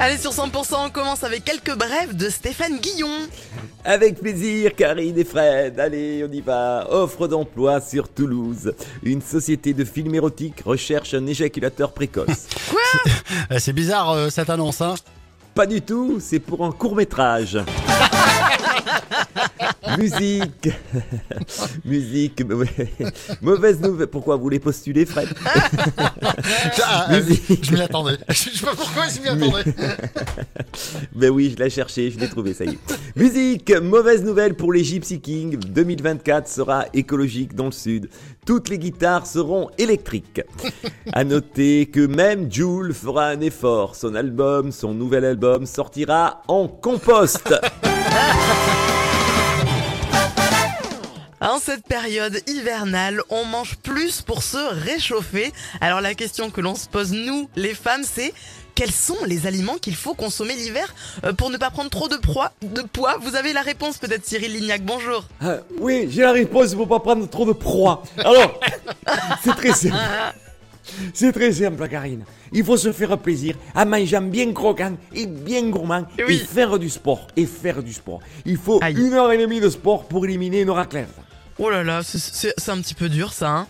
Allez, sur 100%, on commence avec quelques brèves de Stéphane Guillon. Avec plaisir, Karine et Fred. Allez, on y va. Offre d'emploi sur Toulouse. Une société de films érotiques recherche un éjaculateur précoce. Eh, C'est bizarre euh, cette annonce, hein Pas du tout, c'est pour un court métrage. Musique. Musique. ouais. Mauvaise nouvelle. Pourquoi vous voulez postuler, Fred Ah, euh, Musique. Je m'y attendais. Je sais pas pourquoi je m'y attendais. Ben oui, je l'ai cherché, je l'ai trouvé, ça y est. Musique, mauvaise nouvelle pour les Gypsy Kings, 2024 sera écologique dans le sud. Toutes les guitares seront électriques. À noter que même Jules fera un effort. Son album, son nouvel album sortira en compost. En cette période hivernale, on mange plus pour se réchauffer. Alors la question que l'on se pose, nous, les femmes, c'est quels sont les aliments qu'il faut consommer l'hiver euh, pour ne pas prendre trop de, proie, de poids Vous avez la réponse peut-être, Cyril Lignac, bonjour. Ah, oui, j'ai la réponse pour pas prendre trop de proie. Alors, c'est très simple. C'est très simple, Karine. Il faut se faire plaisir en mangeant bien croquant et bien gourmand Eh Oui. et faire du sport. Et faire du sport. Il faut Aïe. une heure et demie de sport pour éliminer une raclette. Oh là là, c'est- c'est c'est un petit peu dur ça, hein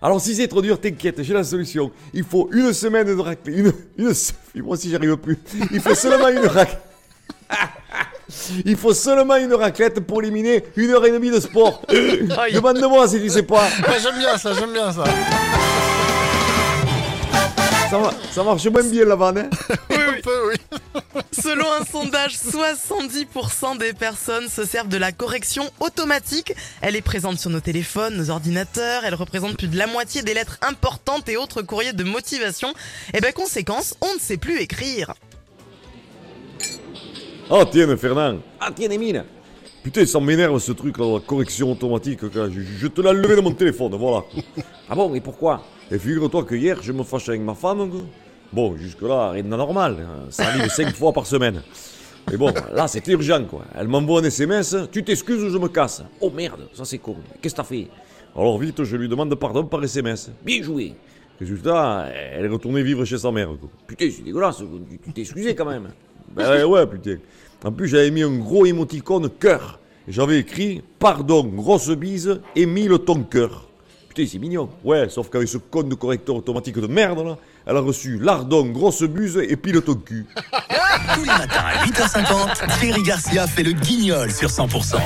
Alors si c'est trop dur, t'inquiète, j'ai la solution. Il faut une semaine de raclette. Une, une se- Moi si j'arrive plus. Il faut seulement une raclette. Il faut seulement une raclette pour éliminer une heure et demie de sport. Oh, Demande-moi si tu sais pas. Ouais, j'aime bien ça, j'aime bien ça. Ça, mar- ça marche moins bien la vanne. hein. Un peu, oui. Selon un sondage, 70% des personnes se servent de la correction automatique. Elle est présente sur nos téléphones, nos ordinateurs, elle représente plus de la moitié des lettres importantes et autres courriers de motivation. Et ben conséquence, on ne sait plus écrire. Ah tiens Fernand. Ah tiens Emile. Putain, ça m'énerve ce truc là, la correction automatique. quoi. Je, je te l'ai enlevé de mon téléphone, voilà. ah bon, et pourquoi Et figure-toi que hier, je me fâchais avec ma femme. quoi. Bon, jusque-là, rien de normal. hein. Ça arrive cinq fois par semaine. Mais bon, là, c'est urgent, quoi. Elle m'envoie un SMS. Tu t'excuses ou je me casse Oh merde, ça c'est con. Qu'est-ce que t'as fait Alors vite, je lui demande pardon par SMS. Bien joué. Résultat, elle est retournée vivre chez sa mère. quoi. Putain, c'est dégueulasse. Tu- Tu t'es excusé quand même. Ben ouais, ouais, putain. En plus, j'avais mis un gros émoticône cœur. Et J'avais écrit pardon, grosse bise, Émile ton cœur. Putain, c'est mignon. Ouais, sauf qu'avec ce con de correcteur automatique de merde, là, elle a reçu lardon, grosse buse et pile ton cul. Tous les matins à 8h50, Thierry Garcia fait le guignol sur 100%.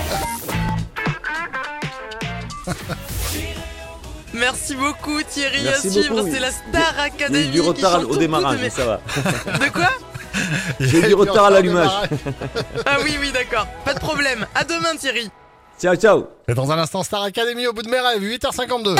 Merci beaucoup Thierry Merci à suivre, beaucoup. c'est la Star J'ai Academy. eu du qui retard chante au au démarrage, bout de mais mes- ça va. De quoi J'ai du retard à l'allumage. Ah oui oui d'accord, pas de problème. À demain Thierry. Ciao, ciao. Et Dans un instant, Star Academy au bout de mes rêves, 8h52.